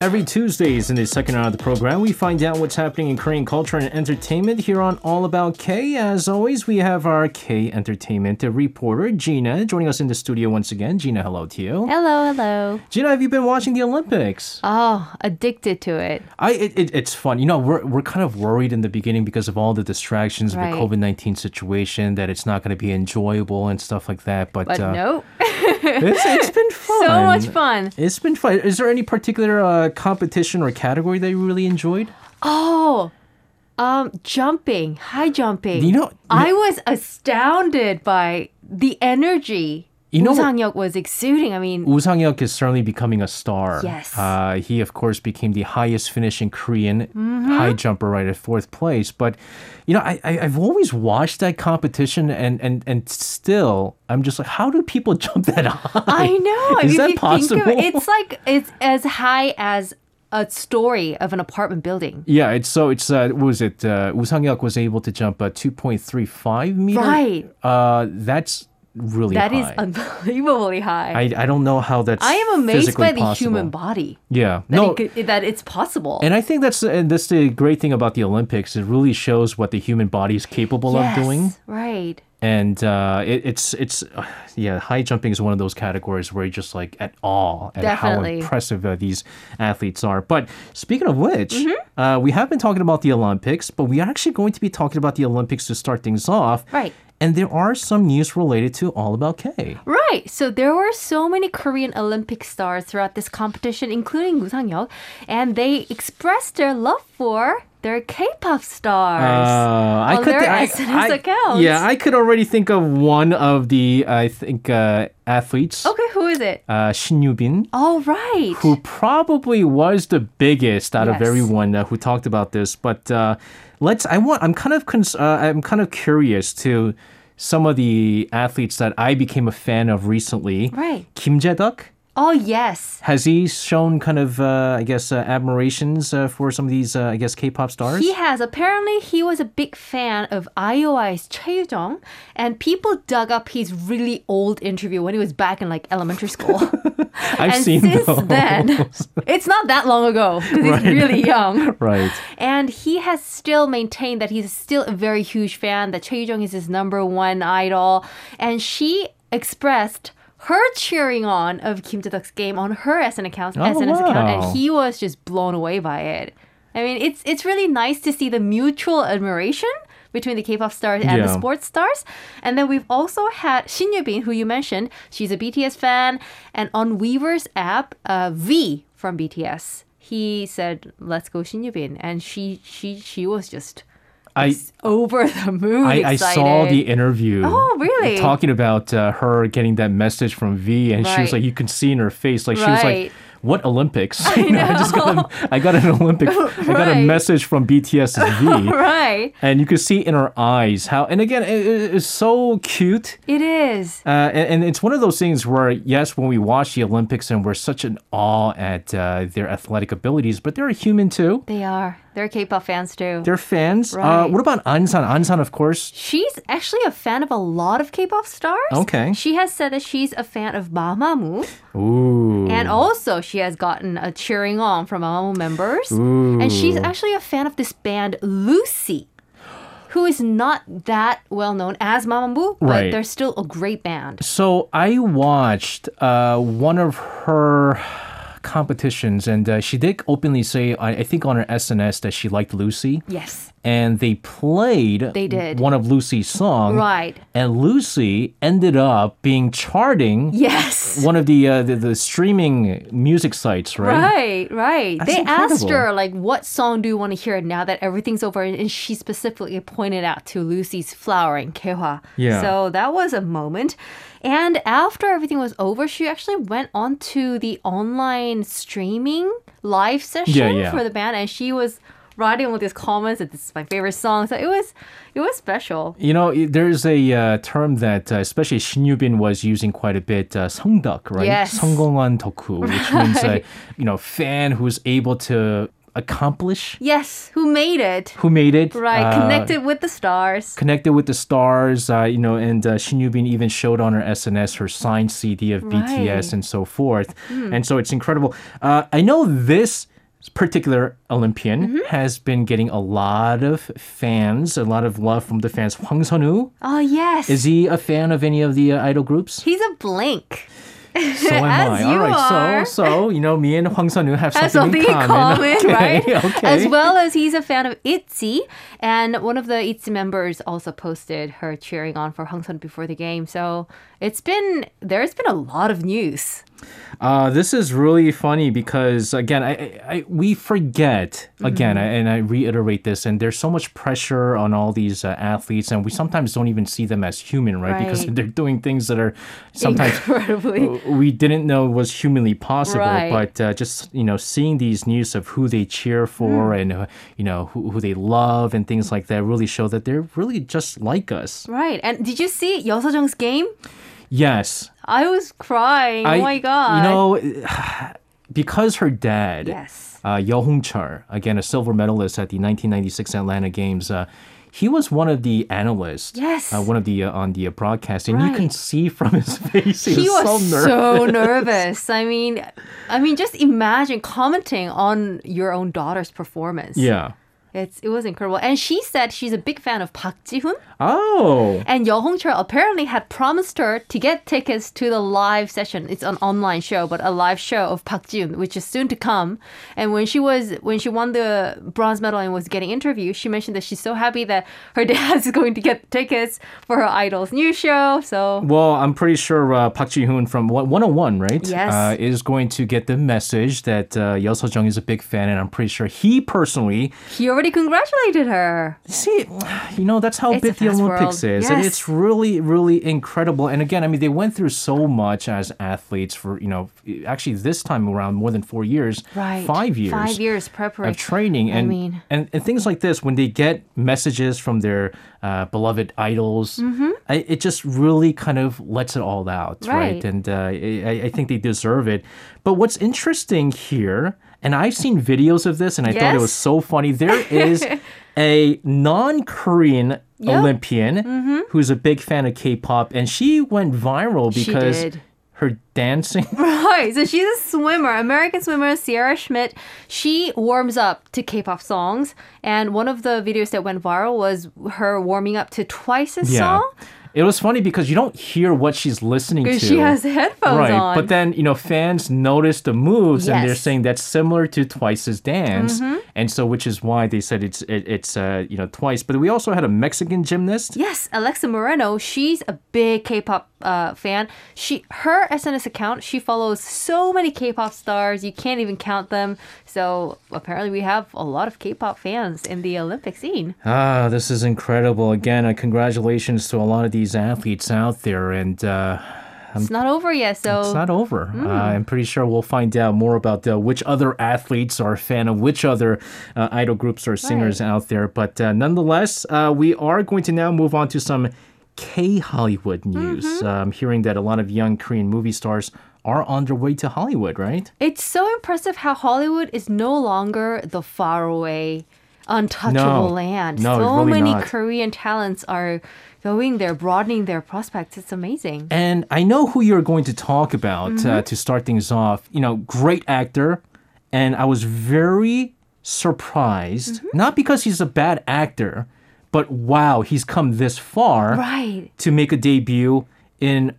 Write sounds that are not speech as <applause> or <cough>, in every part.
Every Tuesdays in the second hour of the program, we find out what's happening in Korean culture and entertainment here on All About K. As always, we have our K Entertainment reporter, Gina, joining us in the studio once again. Gina, hello to you. Hello, hello. Gina, have you been watching the Olympics? Oh, addicted to it. I it, it, It's fun. You know, we're, we're kind of worried in the beginning because of all the distractions of Right. the COVID 19 situation that it's not going to be enjoyable and stuff like that. But, But uh, <laughs> no, <laughs> it's, it's been fun. <laughs> so much fun. It's been fun. Is there any particular uh, competition or category that you really enjoyed? Oh, um, jumping, high jumping. You know- you I was astounded by the energy. You know- Woo Sang-yeok was exuding. I mean, Woo Sang-hyuk is certainly becoming a star. Yes. Uh, he, of course, became the highest finishing Korean Mm-hmm. high jumper right at fourth place. But, you know, I, I, I've always watched that competition and, and, and still I'm just like, how do people <laughs> jump that high? I know. Is if that you Think of possible? it, it's like it's as high as a story of an apartment building. <laughs> Yeah, it's so it's uh, what was it? Uh, Woo Sang-hyuk was able to jump uh, 2.35 meters. Right. Uh, that's really That is high. unbelievably high. I, I don't know how that's I am amazed physically by the possible. human body. Yeah. That, no, it could, that it's possible. And I think that's and that's the great thing about the Olympics. It really shows what the human body is capable yes, of doing. Right. And uh, it, it's it's <sighs> uh, yeah, high jumping is one of those categories where you're just like at awe at how Definitely. impressive uh, these athletes are. But speaking of which, Mm-hmm. uh, we have been talking about the Olympics, but we are actually going to be talking about the Olympics to start things off. Right. And there are some news related to All About K. Right. So there were so many Korean Olympic stars throughout this competition, including Woo Sang-yeok, and they expressed their love for their K-pop stars. Uh, I on could their thi- I- SNS I- accounts. Yeah, I could already think of one of the I think uh, athletes. okay, who is it? uh, Shin Yubin, All right. who probably was the biggest out of Yes. everyone uh, who talked about this. But uh, let's. I want. I'm kind of. Cons- uh, I'm kind of curious to some of the athletes that I became a fan of recently. Right. Kim Jae-duk. Oh yes. Has he shown kind of, uh, I guess, uh, admirations uh, for some of these, uh, I guess, K-pop stars? He has apparently he was a big fan of IOI's Choi Dong, and people dug up his really old interview when he was back in like elementary school. <laughs> I've and seen since those. then, it's not that long ago because Right. he's really <laughs> young. <laughs> right. And he has still maintained that he's still a very huge fan, that Choi Yoo-jung is his number one idol. And she expressed her cheering on of Kim Jae-duk's game on her SN account, Oh, SNS account, wow. and he was just blown away by it. I mean, it's it's really nice to see the mutual admiration between the K-pop stars and the Yeah. sports stars. And then we've also had Shin Yubin, who you mentioned. She's a BTS fan, and on Weaver's app, uh, V from BTS, he said, "Let's go Shin Yubin," and she she she was just I over the moon. I, I saw the excited. interview. Oh, really? Talking about uh, her getting that message from V, and she was Right. like, you could see in her face, like she was like, Right. "What Olympics? <laughs> I, I just got a, I got an Olympic. I got a Right. message from BTS's V." <laughs> right. And you could see in her eyes how, and again, it, it- it's so cute. It is Uh, and, and it's one of those things where, yes, when we watch the Olympics and we're such in awe at uh, their athletic abilities, but they're human too. they are they're K-pop fans too. They're fans. Uh, Right. what about Ansan? Ansan, of course. She's actually a fan of a lot of K-pop stars. Okay. She has said that she's a fan of Mamamoo, Ooh. and also she has gotten a cheering on from Mamamoo members. And she's actually a fan of this band Lucy, who is not that well known as Mamamoo, but Right. they're still a great band. So I watched uh, one of her competitions, and uh, she did openly say, I, I think on her SNS, that she liked Lucy. Yes. And they played They did. one of Lucy's songs. Right. And Lucy ended up being charting Yes. one of the, uh, the the streaming music sites, right? Right, right. That's they asked incredible. her, like, what song do you want to hear now that everything's over? And she specifically pointed out to Lucy's flowering Kehwa. Yeah. So that was a moment. And after everything was over, she actually went on to the online streaming live session yeah. for the band and she was writing all these comments that this is my favorite song. So it was it was special. You know, i- there's a uh, term that uh, especially Shin Yubin was using quite a bit, uh, 성덕, right? Yes. <laughs> 성공한 덕후, which means uh, you know, fan who's able to accomplish? Yes, who made it? Who made it? Right, Uh, connected with the stars. Connected with the stars, uh, you know, and uh, Shin Yubin even showed on her SNS her signed CD of BTS Right. Hmm. and so forth. And so it's incredible. Uh, I know this particular Olympian Mm-hmm. has been getting a lot of fans, a lot of love from the fans. Hwang Sun-woo, Oh yes, is he a fan of any of the uh, idol <laughs> groups? he's a blink. So am I. As you All right. are. So, so you know, me and Hwang Sun Woo have something, Has something in <laughs> common, Okay, right? Okay. As well as he's a fan of ITZY, and one of the ITZY members also posted her cheering on for Hwang Sun before the game. So it's been there's been a lot of news. Uh, this is really funny because again, I, I, I we forget again, Mm-hmm. I, and I reiterate this. And there's so much pressure on all these uh, athletes, and we sometimes don't even see them as human, right? Because Right. they're doing things that are sometimes Incredibly. we didn't know was humanly possible. Right. But uh, just you know, seeing these news of who they cheer for Mm. and uh, you know who, who they love and things like that really show that they're really just like us. Right. And did you see Yeo Sejong's game? Yes. I was crying. I- oh my god. You know, <sighs> because her dad. yes. uh, Yeo Hong Char, again a silver medalist at the 1996 Atlanta Games. Uh, he was one of the analysts. Yes. Uh, one of the uh, on the uh, broadcast, and you can Right. see from his <laughs> face he, he was so nervous. <laughs> so nervous. I mean, I mean, just imagine commenting on your own daughter's performance. yeah. it's it was incredible. And she said she's a big fan of Park Ji Hoon, Oh. and Yeo Hong Chul apparently had promised her to get tickets to the live session. It's an online show, but a live show of Park Ji Hoon, which is soon to come. And when she was when she won the bronze medal and was getting interviewed, she mentioned that she's so happy that her <laughs> dad's going to get tickets for her idol's new show. So Well, I'm pretty sure uh, Park Ji Hoon from one- 101, right? Yes. Uh, is going to get the message that uh, Yeo Seo Jung is a big fan, and I'm pretty sure he personally he already congratulated her. See, you know, that's how It's big a the fast Olympics world. is. And Yes. it's really, really incredible. And again, I mean, they went through so much as athletes for, you know, actually this time around more than four years, five years. Five years Of preparation. training and, mean- and and things like this, when they get messages from their uh, beloved idols, Mm-hmm. I, it just really kind of lets it all out, right? Right. And uh, I, I- I think they deserve it. But what's interesting here, and I've seen videos of this, and I thought it was Yes. so funny. There <laughs> is a non Korean Yep. Mm-hmm. Olympian who's a big fan of K pop, and she went viral She because did. her dancing. <laughs> Right. So she's a swimmer, American swimmer Sierra Schmidt. She warms up to K-pop songs, and one of the videos that went viral was her warming up to Twice's song. It was funny because you don't hear what she's listening to. 'Cause She has headphones Right, on. but then you know fans notice the moves, and they're Yes. Mm-hmm. saying that's similar to Twice's dance, and so which is why they said it's it, it's uh, you know Twice. But we also had a Mexican gymnast. Yes, Alexa Moreno. She's a big K-pop uh, fan. She her SNS account. She follows so many K-pop stars. You can't even count them. So apparently, we have a lot of K-pop fans in the Olympic scene. Ah, this is incredible! Again, uh, congratulations to a lot of these athletes out there, and. Uh, It's not over yet. So it's not over. Uh, I'm pretty sure we'll find out more about uh, which other athletes are a fan of which other uh, idol groups or singers out there. But uh, nonetheless, uh, we are going to now move on to some K Hollywood news. Um, hearing that a lot of young Korean movie stars are on their way to Hollywood, right? It's so impressive how Hollywood is no longer the faraway, untouchable No. land. No, so really many not. Korean talents are going there, broadening their prospects. It's amazing. And I know who you're going to talk about Mm-hmm. uh, to start things off. You know, great actor. And I was very surprised, Mm-hmm. not because he's a bad actor, but wow, he's come this far Right. to make a debut in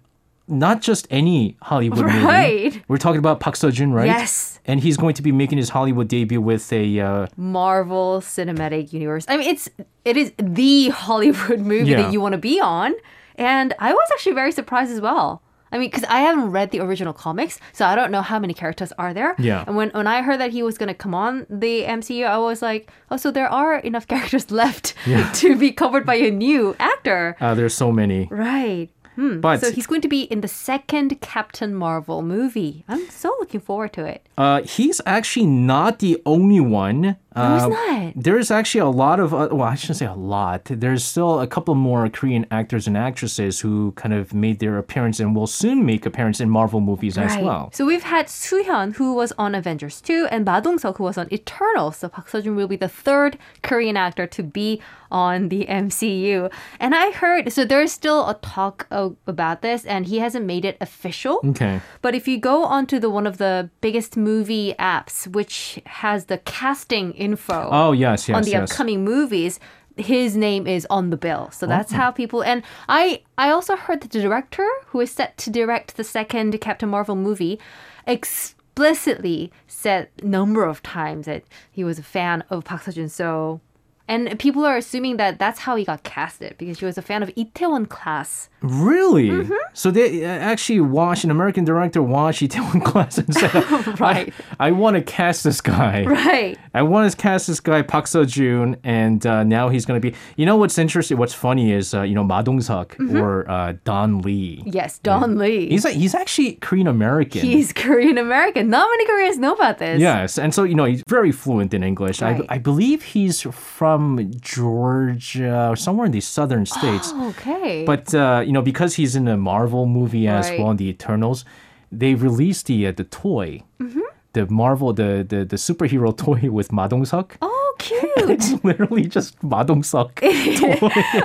not just any Hollywood Right. movie. We're talking about Park Seo Joon, right? Yes. And he's going to be making his Hollywood debut with a uh, Marvel Cinematic Universe. I mean, it's it is the Hollywood <laughs> movie Yeah. that you want to be on, and I was actually very surprised as well. I mean, because I haven't read the original comics, so I don't know how many characters are there. Yeah. And when when I heard that he was gonna come on the MCU, I was like, oh, so there are enough <laughs> characters left <laughs> to be covered by a new actor, uh, there's so many. right? Hmm. But- so he's going to be in the second Captain Marvel movie. I'm so looking forward to it. Uh, he's actually not the only one No, it's not. There's actually a lot of, uh, well, I shouldn't say a lot. There's still a couple more Korean actors and actresses who kind of made their appearance and will soon make appearance in Marvel movies as Right. well. So we've had Suhyun who was on Avengers 2 and Ma Dong-seok who was on Eternal. So Park Seo-joon will be the third Korean actor to be on the MCU. And I heard so there's still a talk o- about this and he hasn't made it official. Okay. But if you go onto the one of the biggest movie apps which has the casting info Oh, yes, yes, on the yes. upcoming movies his name is on the bill so that's Oh. how people and i i also heard that the director who is set to direct the second captain marvel movie explicitly said a number of times that he was a fan of park seo-joon so and people are assuming that that's how he got casted because he was a fan of Itaewon class Really? Mm-hmm. So they uh, actually watched an American director watch <laughs> Itaewon Class and said, <laughs> Right. I, want to cast this guy. right I want to cast this guy Park Seo Joon, and uh, now he's going to be. You know what's interesting? What's funny is uh, you know Ma Dong Seok Mm-hmm. or uh, Don Lee. yes don lee He's a, he's actually Korean American. he's korean american not many koreans know about this Yes, and so you know he's very fluent in English. Right. I, I believe he's from Georgia or somewhere in the southern states. <gasps> Oh, okay But uh, you know, because he's in a Marvel movie as Right. well, in the Eternals, they released the uh, the toy, Mm-hmm. the Marvel the, the the superhero <laughs> toy with Ma Dong Seok. oh cute It's <laughs> literally just Ma Dong Seok.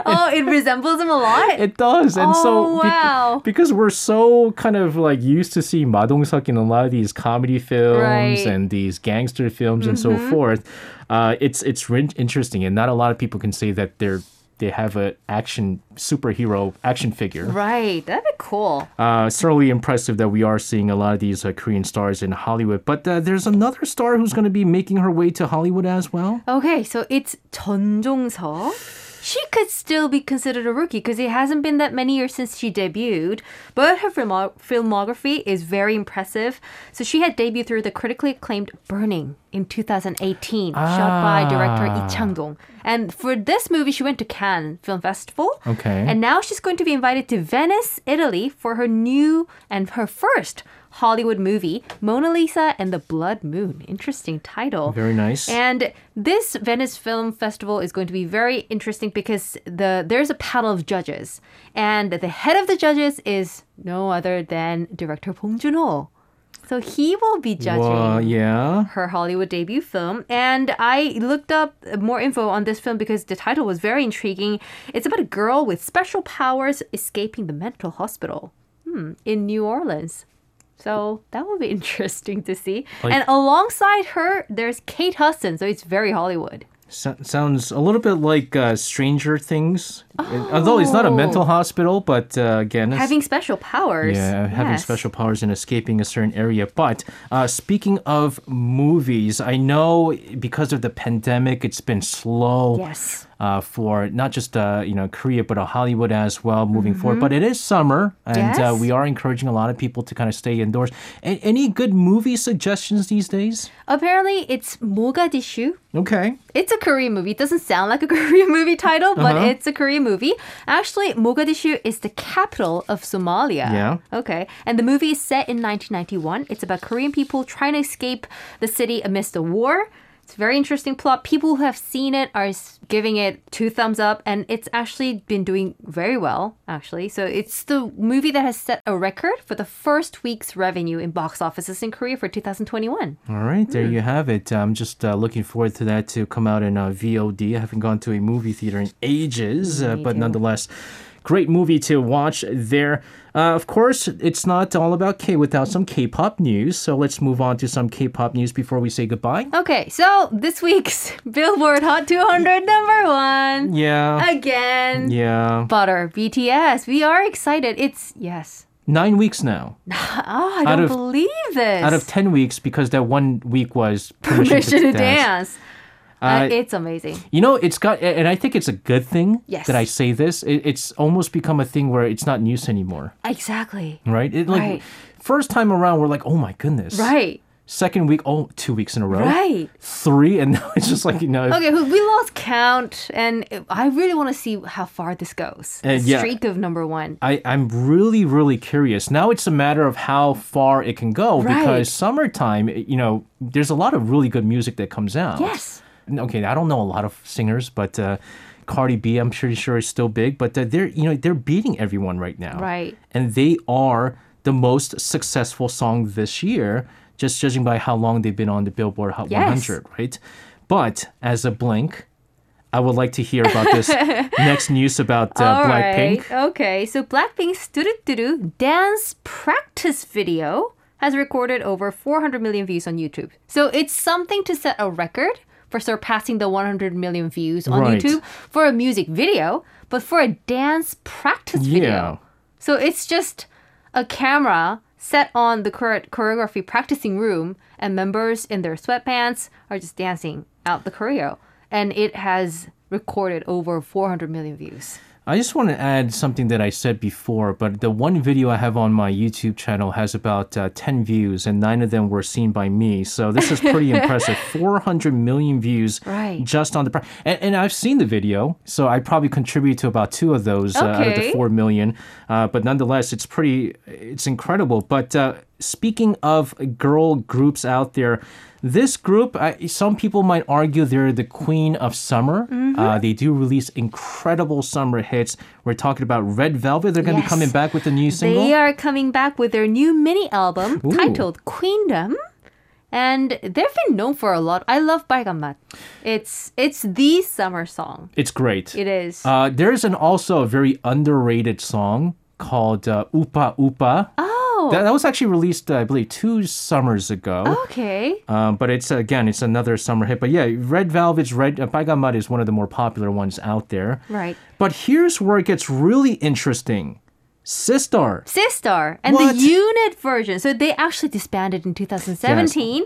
oh, it resembles him a lot. It does, and so Oh, wow. because we're so kind of like used to see Ma Dong Seok in a lot of these comedy films Right. Mm-hmm. and these gangster films and so forth, uh, it's it's rin- interesting, and not a lot of people can say that they're they have a action superhero action figure. right, that'd be cool. Uh, certainly impressive that we are seeing a lot of these uh, Korean stars in Hollywood. But uh, there's another star who's going to be making her way to Hollywood as well. Okay, so it's Jeon Jong-seo. She could still be considered a rookie because it hasn't been that many years since she debuted, but her filmo- filmography is very impressive. So she had debuted through the critically acclaimed Burning in 2018, shot by director Ah. Lee Chang-dong. And for this movie, she went to Cannes Film Festival. Okay. And now she's going to be invited to Venice, Italy for her new and her first Hollywood movie, Mona Lisa and the Blood Moon. Interesting title. Very nice. And this Venice Film Festival is going to be very interesting because the there's a panel of judges, and the head of the judges is no other than director Bong Joon-ho. So he will be judging well, yeah. her Hollywood debut film. And I looked up more info on this film because the title was very intriguing. It's about a girl with special powers escaping the mental hospital hmm, in New Orleans. So that will be <laughs> interesting to see. Like- and alongside her, there's Kate Hudson. So it's very Hollywood. So- sounds a little bit like uh, Stranger Things. It- Although it's not a mental hospital, but uh, again, it's- Oh. Having special powers. yeah, having Yes. special powers and escaping a certain area. But uh, speaking of movies, I know because of the pandemic, it's been slow. Yes. uh, for not just uh, you know Korea but uh, Hollywood as well moving forward. But it is summer, and uh, Mm-hmm. Yes. we are encouraging a lot of people to kind of stay indoors. A- any good movie suggestions these days? Apparently, it's Mogadishu Okay. It's a Korean movie. It doesn't sound like a <laughs> Korean movie title, but it's a Korean movie. Actually, Mogadishu is the capital of Somalia. Yeah. Okay. And the movie is set in 1991. It's about Korean people trying to escape the city amidst a war. It's a very interesting plot. People who have seen it are s- giving it two thumbs up, and it's actually been doing very well, actually. So it's the movie that has set a record for the first week's revenue in box offices in Korea for 2021. All right, there you have it. I'm just uh, looking forward to that to come out in uh, VOD. I haven't gone to a movie theater in ages, uh, but nonetheless, great movie to watch there. Uh, of course, it's not all about K without some K-pop news. So let's move on to some K-pop news before we say goodbye. Okay, so this week's <laughs> Billboard Hot 200 number one Uh, Yeah. again. yeah. Butter BTS. We are excited. It's yes. Nine weeks now. Oh, I don't of- believe this. <laughs> out of 10 weeks because that one week was permission, permission to dance. dance. Uh, Uh, it's amazing. You know, it's got, and I think it's a good thing Yes. that I say this. It, it's almost become a thing where it's not news anymore, Exactly. right? It, like, Right. First time around, we're like, oh my goodness. Right. Second week, oh, two weeks in a row. Right. Three, and <laughs> now it's just like, you know, Okay, who- we lost count, and I really want to see how far this goes. And Uh, the yeah. streak of number one. I, I'm really, really curious. Now it's a matter of how far it can go eh, Right. because summertime, you know, there's a lot of really good music that comes out. Yes. okay, I don't know a lot of singers, but uh, Cardi B, I'm pretty sure is still big, but uh, they're you know they're beating everyone right now, Right. And they are the most successful song this year, just judging by how long they've been on the Billboard Hot Yes. 100, right? But as a blink, I would like to hear about <laughs> this next news about uh, Blackpink. Okay, so Blackpink's Doo-Doo dance practice video has recorded over 400 million views on YouTube. So it's something to set a record for surpassing the 100 million views on Right. YouTube for a music video, but for a dance practice Yeah. video. So it's just a camera set on the chore- choreography practicing room, and members in their sweatpants are just dancing out the choreo. And it has recorded over 400 million views. I just want to add something that I said before, but the one video I have on my YouTube channel has about uh, 10 views, and nine of them were seen by me. So this is <laughs> pretty impressive. 400 million views Right. just on the. Pra- and, and I've seen the video, so I probably contribute to about two of those uh, out of the Okay. 4 million. Uh, but nonetheless, it's pretty, it's incredible. But uh, speaking of girl groups out there, this group, I, some people might argue they're the queen of summer. Mm-hmm. Uh, they do release incredible summer hits. We're talking about Red Velvet. They're going to be Yes. coming back with a new single. They are coming back with their new mini album Ooh. titled Queendom. And they've been known for a lot. I love Baigamat. It's it's the summer song. It's great. It is. Uh, there's an also a very underrated song called uh, Upa Upa. oh, That, that was actually released, I believe, two summers ago. okay. Um, but it's again, it's another summer hit. But yeah, Red Velvet's Red uh, Bygone Mud is one of the more popular ones out there. Right. But here's where it gets really interesting. Sistar. Sistar and What? the unit version. So they actually disbanded in 2017.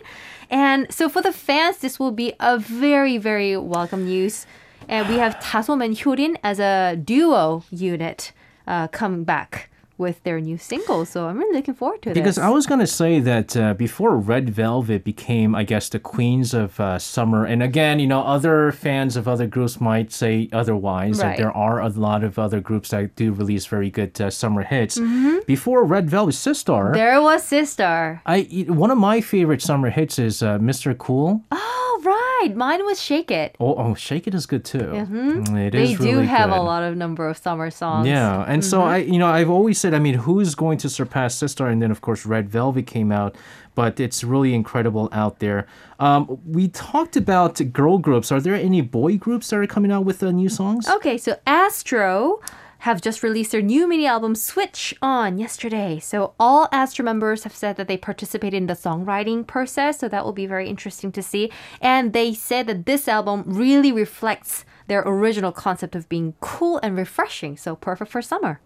And so for the fans, this will be a very, very welcome news. And we have Tasom and Hyorin as a duo unit uh, coming back with their new single. So I'm really looking forward to this. Because I was going to say that uh, before Red Velvet became, I guess, the queens of uh, summer, and again, you know, other fans of other groups might say otherwise, that Right. there are a lot of other groups that do release very good uh, summer hits. Before Red Velvet, Sistar. Mm-hmm. There was Sistar. I, one of my favorite summer hits is uh, Mr. Cool. Oh, right. Mine was Shake It. Oh, oh, Shake It is good too. Mm-hmm. They do have good. a lot Mm-hmm. of number of summer songs. Yeah, and so I, you know, I've always said, I mean, who's going to surpass Sistar? And then, of course, Red Velvet came out, but it's really incredible out there. Um, we talked about girl groups. Are there any boy groups that are coming out with uh, new songs? Okay, so Astro have just released their new mini album Switch On yesterday. So all Astro members have said that they participated in the songwriting process, so that will be very interesting to see. And they said that this album really reflects their original concept of being cool and refreshing, so perfect for summer.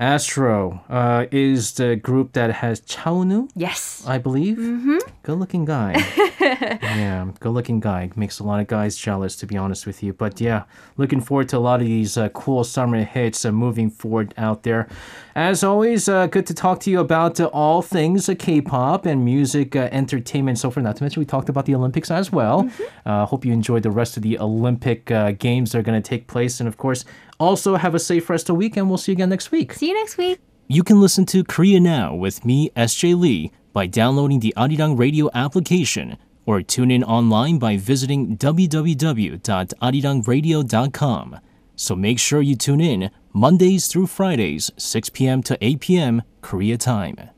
Astro uh, is the group that has Chaonu. Yes. I believe. Mm-hmm. Good looking guy. yeah, good looking guy. Makes a lot of guys jealous, to be honest with you. But yeah, looking forward to a lot of these uh, cool summer hits uh, moving forward out there. As always, uh, good to talk to you about uh, all things uh, K pop and music, uh, entertainment, so forth. Not to mention, we talked about the Olympics as well. Uh, hope you enjoyed the rest of the Olympic uh, games that are going to take place. And of course, also have a safe rest of the week, and we'll see you again next week. See you next week. You can listen to Korea Now with me, SJ Lee, by downloading the Arirang Radio application or tune in online by visiting www.arirangradio.com. So make sure you tune in Mondays through Fridays, 6 p.m. to 8 p.m. Korea time.